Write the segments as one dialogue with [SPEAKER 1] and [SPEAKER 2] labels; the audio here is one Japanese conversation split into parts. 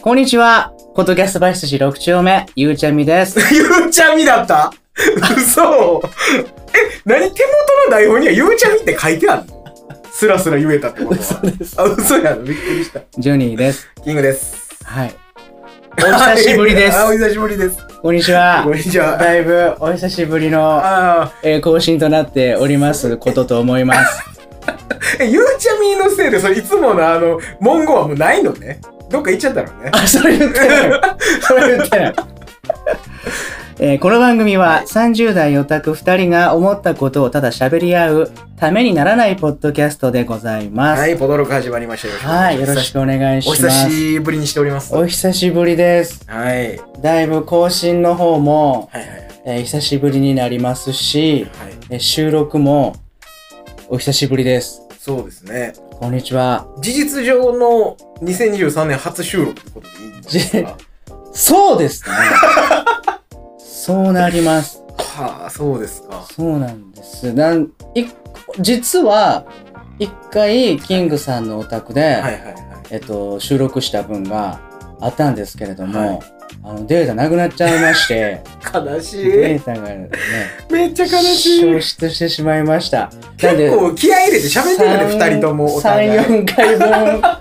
[SPEAKER 1] こんにちは。ポッドキャストバイスし6丁目、ゆうちゃみです。
[SPEAKER 2] ゆうちゃみだった嘘え、何手元の台本にはゆうちゃみって書いてあるのスラスラ言えたってことは。
[SPEAKER 1] です。
[SPEAKER 2] あ、嘘やろ。びっくりした。
[SPEAKER 1] ジョニーです。
[SPEAKER 2] キングです。
[SPEAKER 1] はい。お久しぶりです
[SPEAKER 2] あ、お久しぶりです。
[SPEAKER 1] こんにちは
[SPEAKER 2] こん。にちは。
[SPEAKER 1] だいぶお久しぶりの、
[SPEAKER 2] あ
[SPEAKER 1] えー更新となっておりますことと思います。
[SPEAKER 2] ーえ、ゆうちゃみのせいで、それいつものあの、文言はもうないのね。どっか行っちゃったのね。
[SPEAKER 1] あ、それ言ってない。それ言ってない。えーこの番組は30代オタク2人が思ったことをただ喋り合うためにならないポッドキャストでございます。
[SPEAKER 2] はい、ポドロク始まりましたよ。
[SPEAKER 1] はい、よろしくお願いし
[SPEAKER 2] お
[SPEAKER 1] ます。
[SPEAKER 2] 久しぶりにしております。はい。
[SPEAKER 1] お久しぶりです。
[SPEAKER 2] はい
[SPEAKER 1] だいぶ更新の方も、
[SPEAKER 2] はいはい。
[SPEAKER 1] えー久しぶりになりますし、
[SPEAKER 2] はい。
[SPEAKER 1] えー収録もお久しぶりです。
[SPEAKER 2] そうですね。
[SPEAKER 1] こんにちは。
[SPEAKER 2] 事実上の2023年初収録ってことでいいんで すか
[SPEAKER 1] そう ですね。そうなります。
[SPEAKER 2] はあ、そうですか。
[SPEAKER 1] そうなんです。なんい実は、一回、キングさんのお宅で、
[SPEAKER 2] はいはいは
[SPEAKER 1] えっと、収録した分があったんですけれども、
[SPEAKER 2] はい
[SPEAKER 1] あのデータなくなっちゃいまして、
[SPEAKER 2] い。悲しい。
[SPEAKER 1] データがね、
[SPEAKER 2] めっちゃ悲しい。
[SPEAKER 1] 消失してしまいました。なんで
[SPEAKER 2] 結構気合い入れて喋ってるね、
[SPEAKER 1] 三
[SPEAKER 2] 二人ともお互い。
[SPEAKER 1] 三四回 分な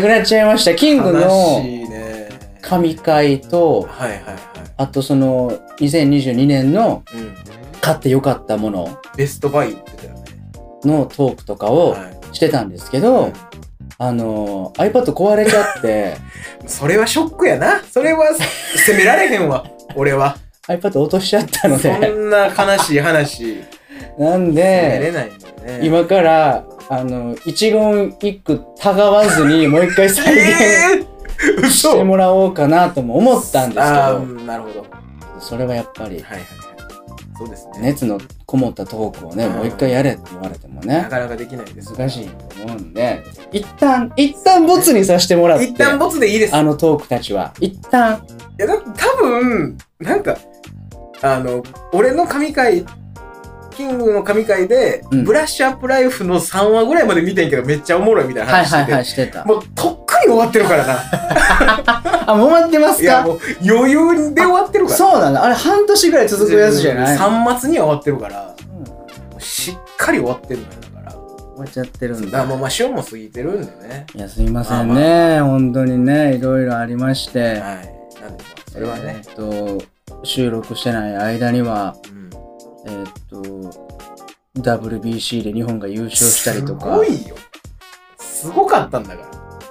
[SPEAKER 1] くなっちゃいましたキング
[SPEAKER 2] 悲
[SPEAKER 1] の
[SPEAKER 2] しいね。
[SPEAKER 1] 神回と
[SPEAKER 2] はいはいは
[SPEAKER 1] あとその2022年の
[SPEAKER 2] い。うん。
[SPEAKER 1] 買ってよかったもの
[SPEAKER 2] ベストバイ言ってたよね。
[SPEAKER 1] のトークとかを
[SPEAKER 2] はい
[SPEAKER 1] してたんですけど、あの iPad 壊れちゃって
[SPEAKER 2] それはショックやな。それは責められへん わ。俺は。
[SPEAKER 1] iPad 落としちゃったの
[SPEAKER 2] そ
[SPEAKER 1] で
[SPEAKER 2] んな悲しい話。責
[SPEAKER 1] なん
[SPEAKER 2] め
[SPEAKER 1] で
[SPEAKER 2] れないんだよね。
[SPEAKER 1] 今からあの一言一句たがわずにもう一回再現
[SPEAKER 2] え ー、
[SPEAKER 1] し
[SPEAKER 2] 嘘
[SPEAKER 1] てもらおうかなとも思ったんですけ
[SPEAKER 2] ああ、
[SPEAKER 1] ど
[SPEAKER 2] なるほど。はい
[SPEAKER 1] それはやっぱり
[SPEAKER 2] はいはい。そうですね。
[SPEAKER 1] 熱のこもったトークをね、
[SPEAKER 2] うん
[SPEAKER 1] もう一回やれって言われても
[SPEAKER 2] な
[SPEAKER 1] ね、
[SPEAKER 2] かなかできないです。
[SPEAKER 1] 難しい。と思うんで、一旦、一旦ボツにさせてもらって、
[SPEAKER 2] 一旦ボツでいいです。
[SPEAKER 1] あのトークたちは、一旦、
[SPEAKER 2] いや、だって多分、なんか、あの、俺の神回、キングの神回で、
[SPEAKER 1] うん
[SPEAKER 2] ブラッシュアップライフの3話ぐらいまで見てんけど、めっちゃおもろいみたいな
[SPEAKER 1] はい
[SPEAKER 2] 話してて、
[SPEAKER 1] はいはい、してた。
[SPEAKER 2] もうとっくに終わって るからな。
[SPEAKER 1] あ、もう終わってます
[SPEAKER 2] いや、
[SPEAKER 1] か
[SPEAKER 2] もう余裕で終わってるから。
[SPEAKER 1] そうなんだ。あれ、半年ぐらい続くやつじゃない終
[SPEAKER 2] ?3 末には終わってるか
[SPEAKER 1] ん
[SPEAKER 2] ら、もうしっかり終わってるんだよ、だから。だか
[SPEAKER 1] わっちゃってるん
[SPEAKER 2] ら
[SPEAKER 1] だ
[SPEAKER 2] も。う、まあ、旬も過ぎてるんでね。
[SPEAKER 1] いや、すいませんね。本当にね、いろいろありまして。
[SPEAKER 2] はい。なんで、まあ、それはね、
[SPEAKER 1] えーっと、収録してない間には、
[SPEAKER 2] うん。
[SPEAKER 1] えーっと、WBC で日本が優勝したりとか。
[SPEAKER 2] すごいよ。すごかったんだか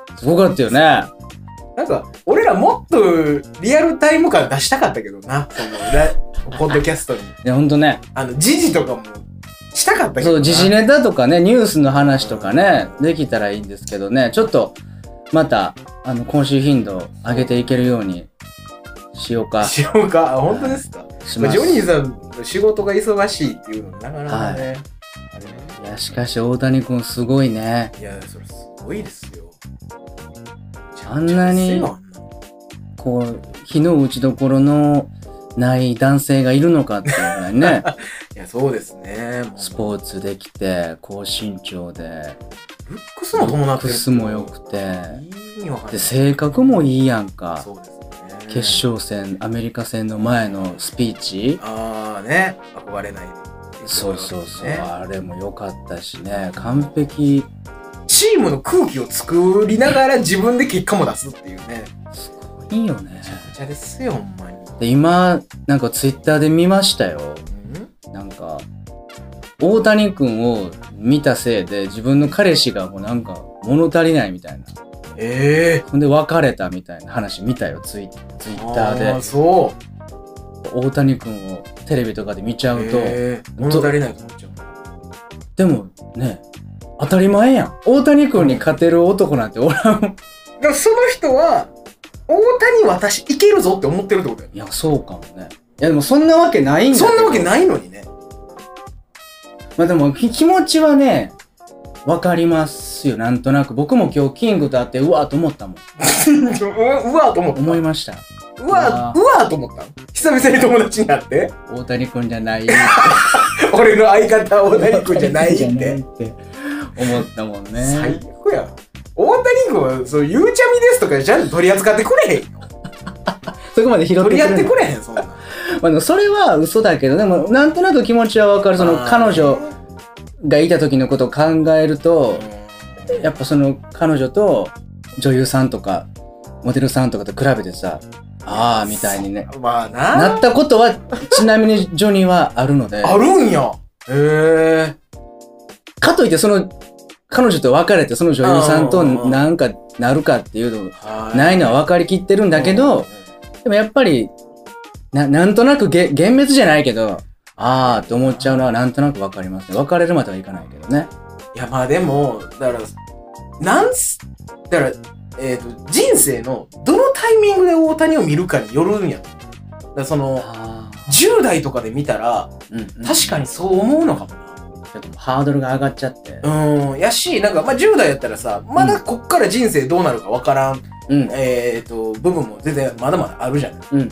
[SPEAKER 2] ら。
[SPEAKER 1] すごかったよね。
[SPEAKER 2] なんか、俺らもっとリアルタイム感出したかったけどな、その、ラポッドキャストに。
[SPEAKER 1] いや、ほんとね。
[SPEAKER 2] あの、時事とかもしたかったけどな。
[SPEAKER 1] そう、時事ネタとかね、ニュースの話とかね、できたらいいんですけどね、ちょっと、また、あの、今週頻度上げていけるようにしようか、し
[SPEAKER 2] しようか。あ、本当ですか。ま
[SPEAKER 1] ま
[SPEAKER 2] あ、
[SPEAKER 1] す。
[SPEAKER 2] ジョニ
[SPEAKER 1] い
[SPEAKER 2] ーさんの仕事が忙しいっていうのもなかなかね。あれね
[SPEAKER 1] や、しかし、大谷くんすごいね。
[SPEAKER 2] いや、それすごいですよ。
[SPEAKER 1] あんなに
[SPEAKER 2] めちゃくちゃですよ
[SPEAKER 1] こう、火の打ちどころのない男性がいるのかっていうぐらい ね、
[SPEAKER 2] いや、そうですね。もう
[SPEAKER 1] スポーツできて、高身長で、
[SPEAKER 2] ルックスも伴って
[SPEAKER 1] ク
[SPEAKER 2] る。
[SPEAKER 1] スも良くて、
[SPEAKER 2] いいわかんない
[SPEAKER 1] で、性格もいいやんか。
[SPEAKER 2] そうですね。
[SPEAKER 1] 決勝戦、アメリカ戦の前のスピーチ
[SPEAKER 2] ああね、憧れないで。
[SPEAKER 1] そうそうそう、
[SPEAKER 2] ね
[SPEAKER 1] あれも良かったしね完璧
[SPEAKER 2] チームの空気を作りながら自分で結果も出すっていうね。
[SPEAKER 1] すごいよね
[SPEAKER 2] めちゃですよ、ほんまに。
[SPEAKER 1] で今なんかツイッターで見ましたよなんか大谷君を見たせいで自分の彼氏がもうなんか物足りないみたいな
[SPEAKER 2] ええ
[SPEAKER 1] ほんで別れたみたいな話見たよツイツイッター
[SPEAKER 2] あ
[SPEAKER 1] で
[SPEAKER 2] そう。
[SPEAKER 1] 大谷君をテレビとかで見ちゃうと、
[SPEAKER 2] えー物足りないと思っちゃうな。
[SPEAKER 1] でもね当たり前やん大谷君に勝てる男なんておらん
[SPEAKER 2] でもその人は、大谷私いけるぞって思ってるってことだよ。
[SPEAKER 1] いやそうかもねいやでもそんなわけないんだけど
[SPEAKER 2] そんなわけないのにね。
[SPEAKER 1] まあでもき気持ちはね、わかりますよ、なんとなく。僕も今日キングと会って、うわーと思ったもん。
[SPEAKER 2] う うわーと思った。
[SPEAKER 1] 思いました。
[SPEAKER 2] うわー、うわーと思った。久々に友達になって、
[SPEAKER 1] 大谷君じゃない。
[SPEAKER 2] 俺の相方大谷君じゃないって。
[SPEAKER 1] 思ったもんね。
[SPEAKER 2] 最悪や。大谷君は、そう、ゆうちゃみですとか、ジャンル取り扱ってくれへんよ。
[SPEAKER 1] そこまで拾ってく
[SPEAKER 2] 取
[SPEAKER 1] れ
[SPEAKER 2] り合って
[SPEAKER 1] る
[SPEAKER 2] くれへん、そんなん。
[SPEAKER 1] まあ、でもそれは嘘だけどでもなんとなく気持ちはわかるその
[SPEAKER 2] あー
[SPEAKER 1] 彼女がいた時のことを考えると
[SPEAKER 2] う
[SPEAKER 1] やっぱその彼女と女優さんとかモデルさんとかと比べてさああみたいにね
[SPEAKER 2] んまあな。
[SPEAKER 1] なったことはちなみにジョニーはあるので
[SPEAKER 2] あるんや。へえ。
[SPEAKER 1] かといってその彼女と別れてその女優さんとなんかなるかっていうのないのは分かりきってるんだけど、でもやっぱりななんとなくげ幻滅じゃないけどああと思っちゃうのはなんとなく分かりますね別れるまではいかないけどね
[SPEAKER 2] いやまあでもだからなんすだから、えー、と人生のどのタイミングで大谷を見るかによるんやだからその
[SPEAKER 1] あ
[SPEAKER 2] 10代とかで見たら
[SPEAKER 1] うん、うん、
[SPEAKER 2] 確かにそう思うのかも
[SPEAKER 1] ちょっとハードルが上がっちゃって、
[SPEAKER 2] なうんやしなんか、まあ、10代やったらさまだこっから人生どうなるかわからん、
[SPEAKER 1] うん、
[SPEAKER 2] えー、と部分も全然まだまだあるじゃない、
[SPEAKER 1] うん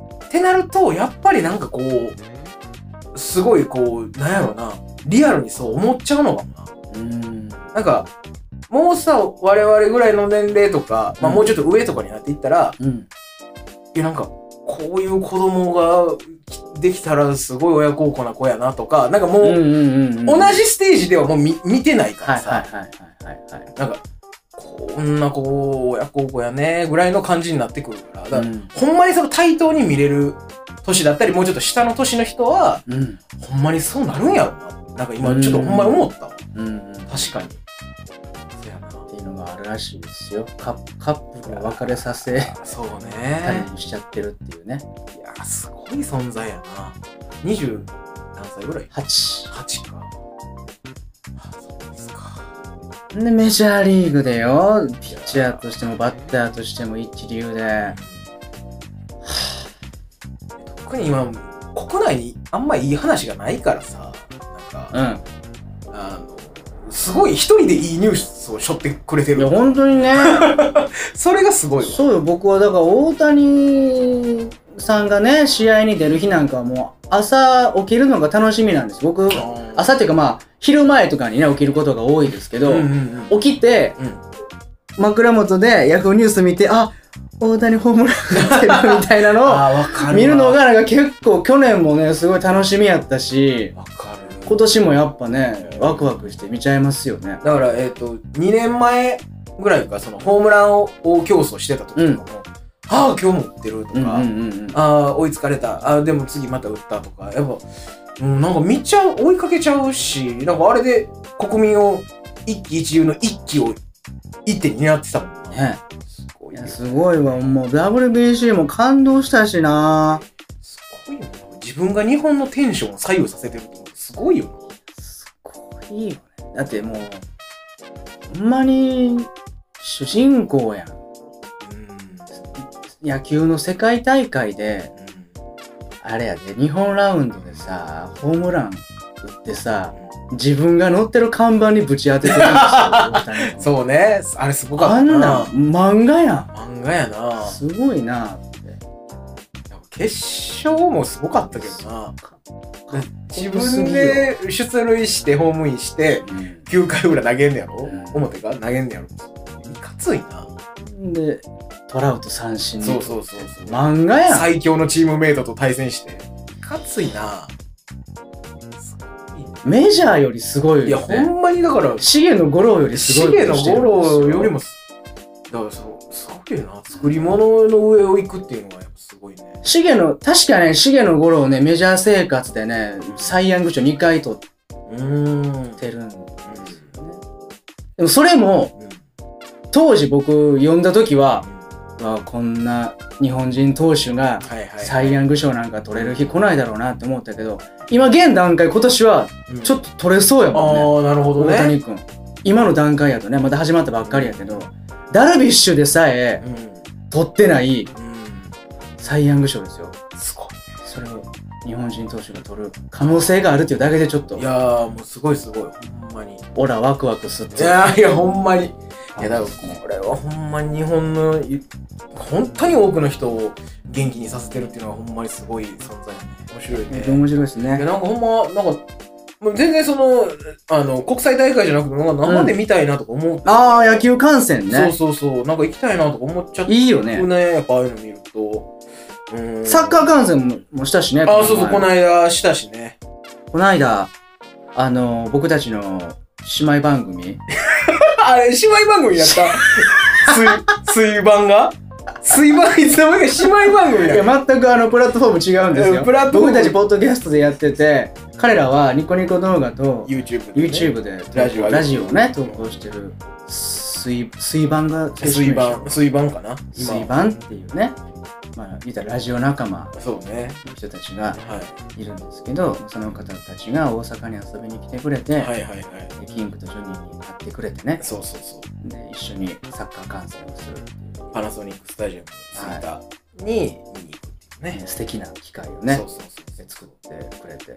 [SPEAKER 2] ってなるとやっぱりなんかこうすごいこうなんやろなリアルにそう思っちゃうのかもな
[SPEAKER 1] うん
[SPEAKER 2] なんか、もうさ、我々ぐらいの年齢とか、まあ
[SPEAKER 1] うん
[SPEAKER 2] もうちょっと上とかになっていったら、
[SPEAKER 1] うん
[SPEAKER 2] いやなんか、こういう子供がきできたらすごい親孝行な子やなとか、なんかも
[SPEAKER 1] うん
[SPEAKER 2] う、
[SPEAKER 1] うんうん
[SPEAKER 2] 同じステージではもう見見てないか
[SPEAKER 1] は
[SPEAKER 2] ら
[SPEAKER 1] い
[SPEAKER 2] さ、
[SPEAKER 1] はいはいはいはいはい
[SPEAKER 2] なんか、こんな子、親孝行やね、ぐらいの感じになってくるから、だから
[SPEAKER 1] うん
[SPEAKER 2] ほんまにその対等に見れる年だったり、もうちょっと下の年の人は、
[SPEAKER 1] うん
[SPEAKER 2] ほんまにそうなるんやろな。なんか今ちょっとほんまに思った。
[SPEAKER 1] うんうんっ
[SPEAKER 2] 確かに。そうやな。
[SPEAKER 1] ていうのがあるらしいですよカップカップルを別れさせ
[SPEAKER 2] そう
[SPEAKER 1] 二
[SPEAKER 2] ね。
[SPEAKER 1] 人にしちゃってるっていうね
[SPEAKER 2] いやーすごい存在やな。20何歳ぐらい
[SPEAKER 1] 8
[SPEAKER 2] ?8 か。あそうですか。
[SPEAKER 1] でメジャーリーグでよピッチャーとしてもバッターとしても一流で
[SPEAKER 2] 特に今、国内にあんまいい話がないからさ、なんか、
[SPEAKER 1] うん
[SPEAKER 2] あの、すごい一人でいいニュースを背負ってくれて
[SPEAKER 1] いや
[SPEAKER 2] る。
[SPEAKER 1] 本当にね
[SPEAKER 2] それがすごいわ。
[SPEAKER 1] そうよ僕はだから大谷さんがね試合に出る日なんかはもう朝起きるのが楽しみなんです僕朝っていうかまあ昼前とかにね起きることが多いですけど、
[SPEAKER 2] うんうんうん。
[SPEAKER 1] 起きて
[SPEAKER 2] うん
[SPEAKER 1] 枕元でヤフーニュース見てあ大谷ホームラン打ってるみたいな のを
[SPEAKER 2] あー、わかるわ。
[SPEAKER 1] 見るのがなんか結構去年もねすごい楽しみやったし
[SPEAKER 2] わかる。
[SPEAKER 1] 今年もやっぱねワクワクして見ちゃいますよね。
[SPEAKER 2] だから、えっ、と、2年前ぐらいか、その、ホームラン王競争してた時とかも、ああ、今日も打ってるとか、
[SPEAKER 1] うんうんうんうん、
[SPEAKER 2] ああ、追いつかれた、ああ、でも次また打ったとか、やっぱ、うん、なんか見ちゃう、追いかけちゃうし、なんかあれで国民を一喜一憂の一喜を一手に狙ってたもんな。
[SPEAKER 1] ね
[SPEAKER 2] すご
[SPEAKER 1] い
[SPEAKER 2] い
[SPEAKER 1] や
[SPEAKER 2] よ。す
[SPEAKER 1] すごいわもう WBC も感動したしな
[SPEAKER 2] ごいよな。自分が日本のテンションを左右させてるってことすごいよな。
[SPEAKER 1] すごいよねだってもうほんまに主人公やん
[SPEAKER 2] うん。
[SPEAKER 1] 野球の世界大会であれやで日本ラウンドでさホームラン打ってさ自分が乗ってる看板にぶち当ててるん ですよ大谷
[SPEAKER 2] うん
[SPEAKER 1] 君
[SPEAKER 2] そうね。あれすごかっ
[SPEAKER 1] あ
[SPEAKER 2] た
[SPEAKER 1] ん
[SPEAKER 2] な
[SPEAKER 1] な。漫画やん
[SPEAKER 2] 漫画やな。
[SPEAKER 1] すごいな
[SPEAKER 2] 決勝もすごかったけどな。自分
[SPEAKER 1] よ
[SPEAKER 2] で出塁してホームインして
[SPEAKER 1] うん
[SPEAKER 2] 9回裏投げんねやろ、
[SPEAKER 1] うん
[SPEAKER 2] 表が投げんねやろいかついな、
[SPEAKER 1] でトラウト三振に
[SPEAKER 2] そうそうそうそう、
[SPEAKER 1] 漫画やん
[SPEAKER 2] 最強のチームメイトと対戦していかついなすごいね
[SPEAKER 1] メジャーよりすごいよ、ね、
[SPEAKER 2] いやほんまにだから
[SPEAKER 1] シゲの五郎よりすごい
[SPEAKER 2] シゲの五郎より
[SPEAKER 1] も
[SPEAKER 2] もすだからそうすごいよな作り物の上を行くっていうのがやっぱすごいね
[SPEAKER 1] シゲの確かねシゲの五郎ねメジャー生活でねサイ・ヤング賞2回取っ
[SPEAKER 2] うーん
[SPEAKER 1] てるんですよねでもそれも
[SPEAKER 2] うん
[SPEAKER 1] 当時僕呼んだ時はわあこんな日本人投手が
[SPEAKER 2] はいはい
[SPEAKER 1] サイ・ヤング賞なんか取れる日来ないだろうなって思ったけど今現段階今年は
[SPEAKER 2] うん
[SPEAKER 1] ちょっと取れそうやもんね
[SPEAKER 2] ああなるほどね
[SPEAKER 1] 大谷君今の段階やとねまだ始まったばっかりやけどダルビッシュでさえ取ってない
[SPEAKER 2] うんうん
[SPEAKER 1] サイ・ヤング賞ですよ
[SPEAKER 2] すご
[SPEAKER 1] それを日本人投手が取る可能性があるっていうだけでちょっと
[SPEAKER 2] い。いやー、もうすごいすごい、ほんまに。い
[SPEAKER 1] オラワクワクすって
[SPEAKER 2] やー、いや、ほんまに。い
[SPEAKER 1] い
[SPEAKER 2] や、だからこれはほんまに日本の、い本当に多くの人を元気にさせてるっていうのはほんまにすごい存在やね。面白いね。
[SPEAKER 1] 面白いです
[SPEAKER 2] いや、
[SPEAKER 1] ね
[SPEAKER 2] なんかほんま、なんか、もう全然その、あの、国際大会じゃなくて、なんか生で見たいなとか思う。
[SPEAKER 1] ああ、野球観戦
[SPEAKER 2] そう
[SPEAKER 1] ね。
[SPEAKER 2] そうそう。なんか行きたいなとか思っちゃって
[SPEAKER 1] いいよね。
[SPEAKER 2] ね、やっぱああいうの見ると。うん
[SPEAKER 1] サッカー観戦ももしたしね。
[SPEAKER 2] ああ、そうそう、こ
[SPEAKER 1] この
[SPEAKER 2] の
[SPEAKER 1] 間。
[SPEAKER 2] 間したしね。
[SPEAKER 1] この間、あの、僕たちの姉妹番組。
[SPEAKER 2] あれ、姉妹番組やった。水、 水番が水番、いつの間にか姉妹番組
[SPEAKER 1] い
[SPEAKER 2] やっ
[SPEAKER 1] や、全くあの、プラットフォーム違うんです
[SPEAKER 2] う
[SPEAKER 1] よ。
[SPEAKER 2] んプラットフォーム
[SPEAKER 1] 僕たち、ポッドキャストでやってて、彼らはニコニコ動画と
[SPEAKER 2] YouTube でね。
[SPEAKER 1] YouTube で、
[SPEAKER 2] ラジオ
[SPEAKER 1] ラジオをね、投稿してる。水、水盤が、
[SPEAKER 2] 水番、水番かな今
[SPEAKER 1] 水盤っていうね。まあ、言ったらラジオ仲間
[SPEAKER 2] そうね。
[SPEAKER 1] の人たちが
[SPEAKER 2] はい
[SPEAKER 1] るんですけど、その方たちが大阪に遊びに来てくれて、
[SPEAKER 2] い。はいはいはい。
[SPEAKER 1] でキングとジョニーに買ってくれてね、
[SPEAKER 2] そうそうそう。
[SPEAKER 1] で一緒にサッカー観戦をするっていう
[SPEAKER 2] パナソニックスタジアムのスイターに見に行くっていう
[SPEAKER 1] ね、
[SPEAKER 2] ね。
[SPEAKER 1] 素敵な機会をね、
[SPEAKER 2] そうそうそう。
[SPEAKER 1] 作ってくれて。っ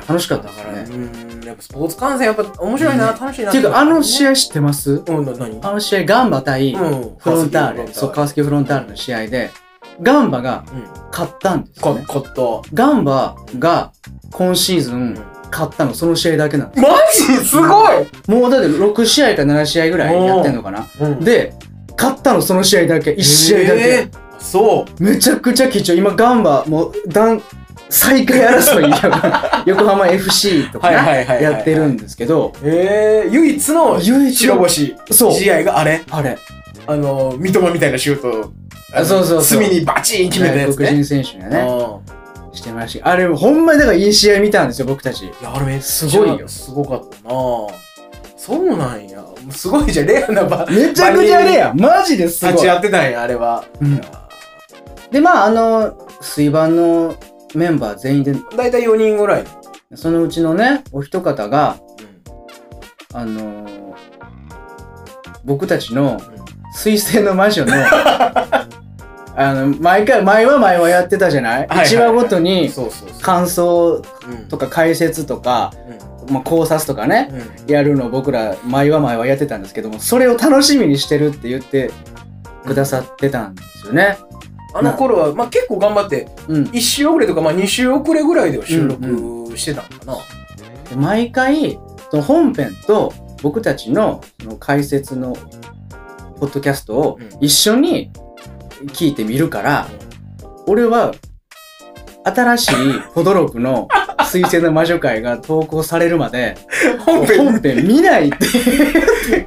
[SPEAKER 1] 楽
[SPEAKER 2] 楽
[SPEAKER 1] しかったです
[SPEAKER 2] だ
[SPEAKER 1] ね
[SPEAKER 2] から、うん、やっぱスポーツ観戦やっぱ面白いな、
[SPEAKER 1] う
[SPEAKER 2] 楽しいな。
[SPEAKER 1] ていうか、あの試
[SPEAKER 2] 合、
[SPEAKER 1] 合知ってます
[SPEAKER 2] うん、な何
[SPEAKER 1] あの試合、ガンバ対
[SPEAKER 2] うん
[SPEAKER 1] フロンターレ、そう、川崎フロンターレの試合で、ガンバが
[SPEAKER 2] うん。
[SPEAKER 1] 勝ったんですよね。
[SPEAKER 2] こ、こ
[SPEAKER 1] ガンバが今シーズ
[SPEAKER 2] っ
[SPEAKER 1] ン
[SPEAKER 2] と。
[SPEAKER 1] 勝ったの、その試合だけなの。
[SPEAKER 2] マジすごい
[SPEAKER 1] もうだって6試合か7試合ぐらいやってんのかな。
[SPEAKER 2] うん
[SPEAKER 1] で、勝ったのその試合だけ、1試合だけ。
[SPEAKER 2] えーそう。
[SPEAKER 1] めちゃくちゃ貴重今ガンバもう段最下位争い や横浜 FC とか
[SPEAKER 2] はい
[SPEAKER 1] ね、
[SPEAKER 2] はいはいはい。
[SPEAKER 1] やってるんですけど
[SPEAKER 2] ええ、唯一の
[SPEAKER 1] 唯一の
[SPEAKER 2] 白星
[SPEAKER 1] そう
[SPEAKER 2] 試合があれ
[SPEAKER 1] あれ
[SPEAKER 2] あの、三笘みたいなシュート。
[SPEAKER 1] あそうそうそう
[SPEAKER 2] 隅にバチン決めたやつ
[SPEAKER 1] 外
[SPEAKER 2] ね。
[SPEAKER 1] 国人選手がね
[SPEAKER 2] あー
[SPEAKER 1] してましたしあれほんまにだからいい試合見たんですよ僕たち
[SPEAKER 2] いや、あれめっちゃ
[SPEAKER 1] すごいよ
[SPEAKER 2] すごかったなそうなんや。すごいじゃん、レアな場
[SPEAKER 1] めちゃくちゃあれやマジです
[SPEAKER 2] 立
[SPEAKER 1] ご
[SPEAKER 2] ち
[SPEAKER 1] い
[SPEAKER 2] 会ってたんや、あれは。
[SPEAKER 1] うん
[SPEAKER 2] いや
[SPEAKER 1] でまああの水盤のメンバー全員で
[SPEAKER 2] 大体4人ぐらい。
[SPEAKER 1] そのうちのねお一方があのー僕たちの水星の魔女のあの毎回前は前はやってたじゃない
[SPEAKER 2] はいはいはい
[SPEAKER 1] 1話ごとに
[SPEAKER 2] そうそうそう。
[SPEAKER 1] 感想
[SPEAKER 2] うん
[SPEAKER 1] とか解説とか、まあ、考察とかね
[SPEAKER 2] うんうん
[SPEAKER 1] やるのを僕ら前は前はやってたんですけどもそれを楽しみにしてるって言ってくださってたんですよね。
[SPEAKER 2] あの頃は、まあ、結構頑張って、
[SPEAKER 1] うん、
[SPEAKER 2] 1週遅れとか、まあ、2週遅れぐらいでは収録してたんかな。
[SPEAKER 1] で毎回その本編と僕たちのその解説のポッドキャストを一緒に聞いてみるから、俺は新しいポドロクの水星の魔女会が投稿されるまで
[SPEAKER 2] 本編
[SPEAKER 1] 本編見ないって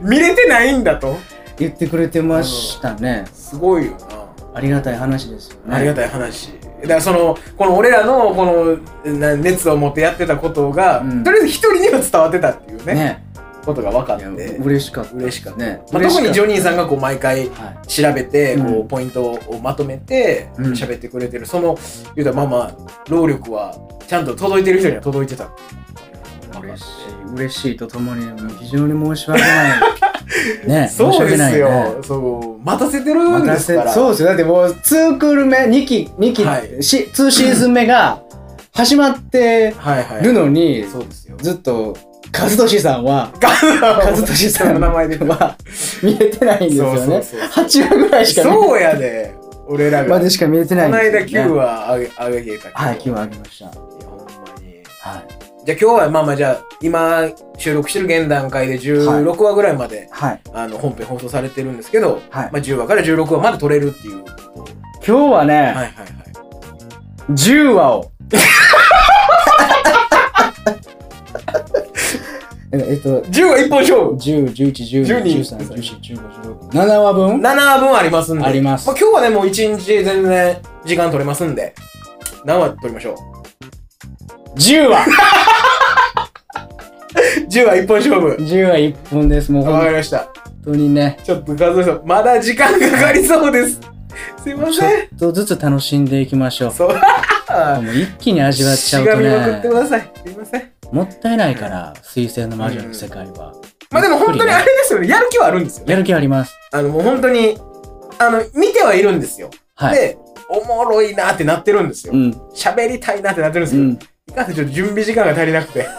[SPEAKER 2] 見れてないんだと。
[SPEAKER 1] 言ってくれてましたね。
[SPEAKER 2] すごいよ
[SPEAKER 1] ありがたい話ですよ
[SPEAKER 2] な。
[SPEAKER 1] ね。
[SPEAKER 2] ありがたい話。だからその、この俺らのこのな熱を持ってやってたことが、
[SPEAKER 1] うん
[SPEAKER 2] とりあえず一人には伝わってたっていうね、
[SPEAKER 1] ね。
[SPEAKER 2] ことが分かっ
[SPEAKER 1] いや
[SPEAKER 2] て、
[SPEAKER 1] 嬉しかった。
[SPEAKER 2] 嬉しかった。
[SPEAKER 1] ね。
[SPEAKER 2] まあ、特にジョニーさん
[SPEAKER 1] が。
[SPEAKER 2] がこう毎回
[SPEAKER 1] は
[SPEAKER 2] 調べて、
[SPEAKER 1] うん
[SPEAKER 2] こうポイントをまとめて
[SPEAKER 1] うん
[SPEAKER 2] 喋ってくれてる、その言うたらまあまあ労力はちゃんと届いてる人には届いてたっていう
[SPEAKER 1] い。嬉しい。嬉しいとともに、非常に申し訳 ない。ね。申し
[SPEAKER 2] そうで
[SPEAKER 1] 訳ない
[SPEAKER 2] すよ、
[SPEAKER 1] ね。
[SPEAKER 2] そう待たせてるん
[SPEAKER 1] 待た
[SPEAKER 2] です
[SPEAKER 1] せ
[SPEAKER 2] から
[SPEAKER 1] そうですよ。だってもう、2クール目、2期、二期、
[SPEAKER 2] はい
[SPEAKER 1] し2シーズン目が始まって
[SPEAKER 2] はいはい
[SPEAKER 1] るのに、
[SPEAKER 2] そうですよ
[SPEAKER 1] ずっと、和俊さんは、和
[SPEAKER 2] 和
[SPEAKER 1] 俊さん
[SPEAKER 2] の名前で
[SPEAKER 1] は、見えてないんですよね。
[SPEAKER 2] そうそうそう
[SPEAKER 1] 8話ぐらいしか見
[SPEAKER 2] そうやで俺らが、
[SPEAKER 1] までしか見えて
[SPEAKER 2] こ
[SPEAKER 1] ないん
[SPEAKER 2] の
[SPEAKER 1] ですよ
[SPEAKER 2] 間
[SPEAKER 1] ね
[SPEAKER 2] 9話あげあげたけど
[SPEAKER 1] はい、9話あ
[SPEAKER 2] い
[SPEAKER 1] げました。
[SPEAKER 2] やほんまに
[SPEAKER 1] はい。
[SPEAKER 2] じゃあ今日はまあまあじゃあ今収録してる現段階で16話ぐらいまで、
[SPEAKER 1] はい。
[SPEAKER 2] あの本編放送されてるんですけど、
[SPEAKER 1] はい
[SPEAKER 2] まあ、10話から16話まで撮れるっていうことを
[SPEAKER 1] 今日はね、
[SPEAKER 2] はいはいはい
[SPEAKER 1] 10話 を。えっと、
[SPEAKER 2] 10話1本勝負
[SPEAKER 1] 10、11、12、13、14、15、16、7話分
[SPEAKER 2] 7話分ありますんで
[SPEAKER 1] あります
[SPEAKER 2] あ、今日はねもう1日全然時間取れますんで何話撮りましょう
[SPEAKER 1] ?10 話
[SPEAKER 2] 10話1本勝負
[SPEAKER 1] !10 話1本です。もう
[SPEAKER 2] わか
[SPEAKER 1] 本
[SPEAKER 2] りました
[SPEAKER 1] 当にね、
[SPEAKER 2] ちょっとカズさんまだ時間かかりそうです すいま
[SPEAKER 1] ち
[SPEAKER 2] せん
[SPEAKER 1] ょっとずつ楽しんでいきましょう。
[SPEAKER 2] そう
[SPEAKER 1] もう一気に味わっちゃう
[SPEAKER 2] が
[SPEAKER 1] と
[SPEAKER 2] みまくってく
[SPEAKER 1] ね、
[SPEAKER 2] ださいすいません
[SPEAKER 1] もったいないから、水星の魔女の世界は。
[SPEAKER 2] まあでも本当にあれですよねやる気はあるんですよね
[SPEAKER 1] やる気あります。
[SPEAKER 2] あのもう本当にあの見てはいるんですよ、
[SPEAKER 1] はい。
[SPEAKER 2] でおもろいなってなってるんですよ、
[SPEAKER 1] うん。
[SPEAKER 2] 喋りたいなってなってるんです
[SPEAKER 1] う
[SPEAKER 2] け
[SPEAKER 1] ん。
[SPEAKER 2] ど、いかんせんちょっと準備時間が足りなくて。はい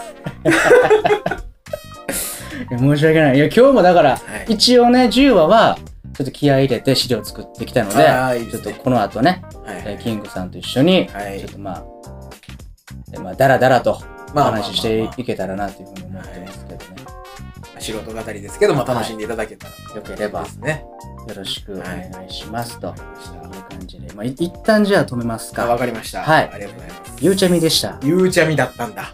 [SPEAKER 1] や申し訳ない。いや、今日もだから、
[SPEAKER 2] い。
[SPEAKER 1] 一応ね、10話は、ちょっと気合い入れて資料作ってきたので、
[SPEAKER 2] あーいいで
[SPEAKER 1] ちょっ
[SPEAKER 2] す
[SPEAKER 1] と
[SPEAKER 2] ね
[SPEAKER 1] この後ね、
[SPEAKER 2] は
[SPEAKER 1] えー
[SPEAKER 2] い。
[SPEAKER 1] キングさんと一緒に、
[SPEAKER 2] はい
[SPEAKER 1] ちょっとまあ、えーまあ、だらだらとお
[SPEAKER 2] まあまあまあまあ
[SPEAKER 1] 話ししていけたらなというふうに思ってますけどね。
[SPEAKER 2] 仕事語りですけど、まあ、楽しんでいただけたら、
[SPEAKER 1] よければ
[SPEAKER 2] ですね。
[SPEAKER 1] よろしくお願いしますと。
[SPEAKER 2] わか
[SPEAKER 1] い
[SPEAKER 2] りまし
[SPEAKER 1] う感じで、まあ、い一旦じゃあ止めます
[SPEAKER 2] た。あわ
[SPEAKER 1] か。
[SPEAKER 2] かりました。
[SPEAKER 1] はい
[SPEAKER 2] ありがとうございます。
[SPEAKER 1] ゆうちゃみでした。
[SPEAKER 2] ゆうちゃみだったんだ。